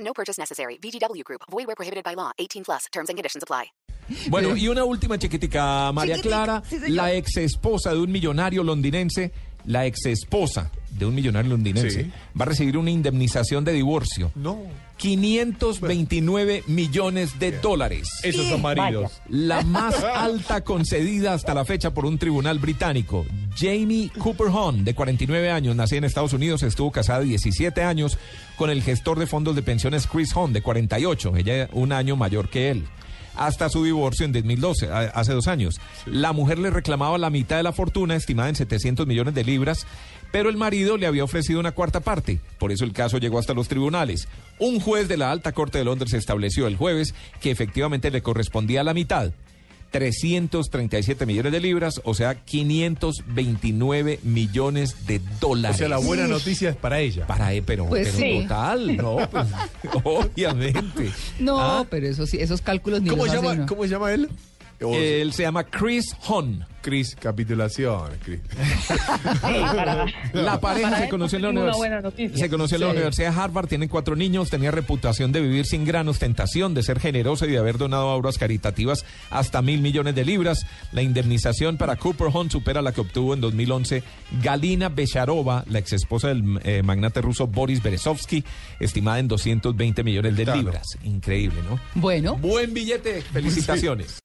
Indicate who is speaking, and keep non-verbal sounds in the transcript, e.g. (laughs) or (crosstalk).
Speaker 1: No purchase necessary. VGW Group. Void where prohibited by law. 18 plus. Terms and conditions apply.
Speaker 2: Bueno, y una última chiquitica, María
Speaker 3: Chiquitica,
Speaker 2: Clara,
Speaker 3: sí, señor.
Speaker 2: la ex esposa de un millonario londinense, la ex esposa de un millonario londinense,
Speaker 4: Sí.
Speaker 2: va a recibir una indemnización de divorcio.
Speaker 4: No.
Speaker 2: 529 millones de dólares.
Speaker 4: Esos son maridos.
Speaker 2: La más alta concedida hasta la fecha por un tribunal británico. Jamie Cooper Hahn, de 49 años, nacida en Estados Unidos, estuvo casada 17 años con el gestor de fondos de pensiones Chris Hahn, de 48, ella un año mayor que él. Hasta su divorcio en 2012, a- hace dos años. La mujer le reclamaba la mitad de la fortuna, estimada en 700 millones de libras, pero el marido le había ofrecido una cuarta parte. Por eso el caso llegó hasta los tribunales. Un juez de la Alta Corte de Londres estableció el jueves que efectivamente le correspondía la mitad. 337 millones de libras, o sea, 529 millones de
Speaker 4: O
Speaker 2: dólares.
Speaker 4: sea, la buena noticia es para ella.
Speaker 2: Para eh, pero,
Speaker 5: Pues
Speaker 2: pero
Speaker 5: sí.
Speaker 2: total, no,
Speaker 5: (laughs)
Speaker 2: pues, obviamente.
Speaker 5: No,
Speaker 2: Ah,
Speaker 5: pero eso sí, esos cálculos ni
Speaker 4: ¿Cómo
Speaker 5: los hace
Speaker 4: llama,
Speaker 5: uno.
Speaker 4: ¿Cómo llama él? O-
Speaker 2: él se llama Chris Hon.
Speaker 4: Cris, capitulación,
Speaker 2: (laughs)
Speaker 4: Cris.
Speaker 2: La pareja se conoció en la universidad. Se conoció en la Universidad de Harvard, tienen cuatro niños, tenía reputación de vivir sin gran ostentación, de ser generoso y de haber donado a obras caritativas hasta mil millones de libras. La indemnización para Cooper Hunt supera la que obtuvo en 2011 Galina Becharova, la exesposa del eh, magnate ruso Boris Berezovsky, estimada en 220 millones de
Speaker 4: Claro.
Speaker 2: libras. Increíble, ¿no?
Speaker 5: Bueno,
Speaker 2: Buen billete, felicitaciones.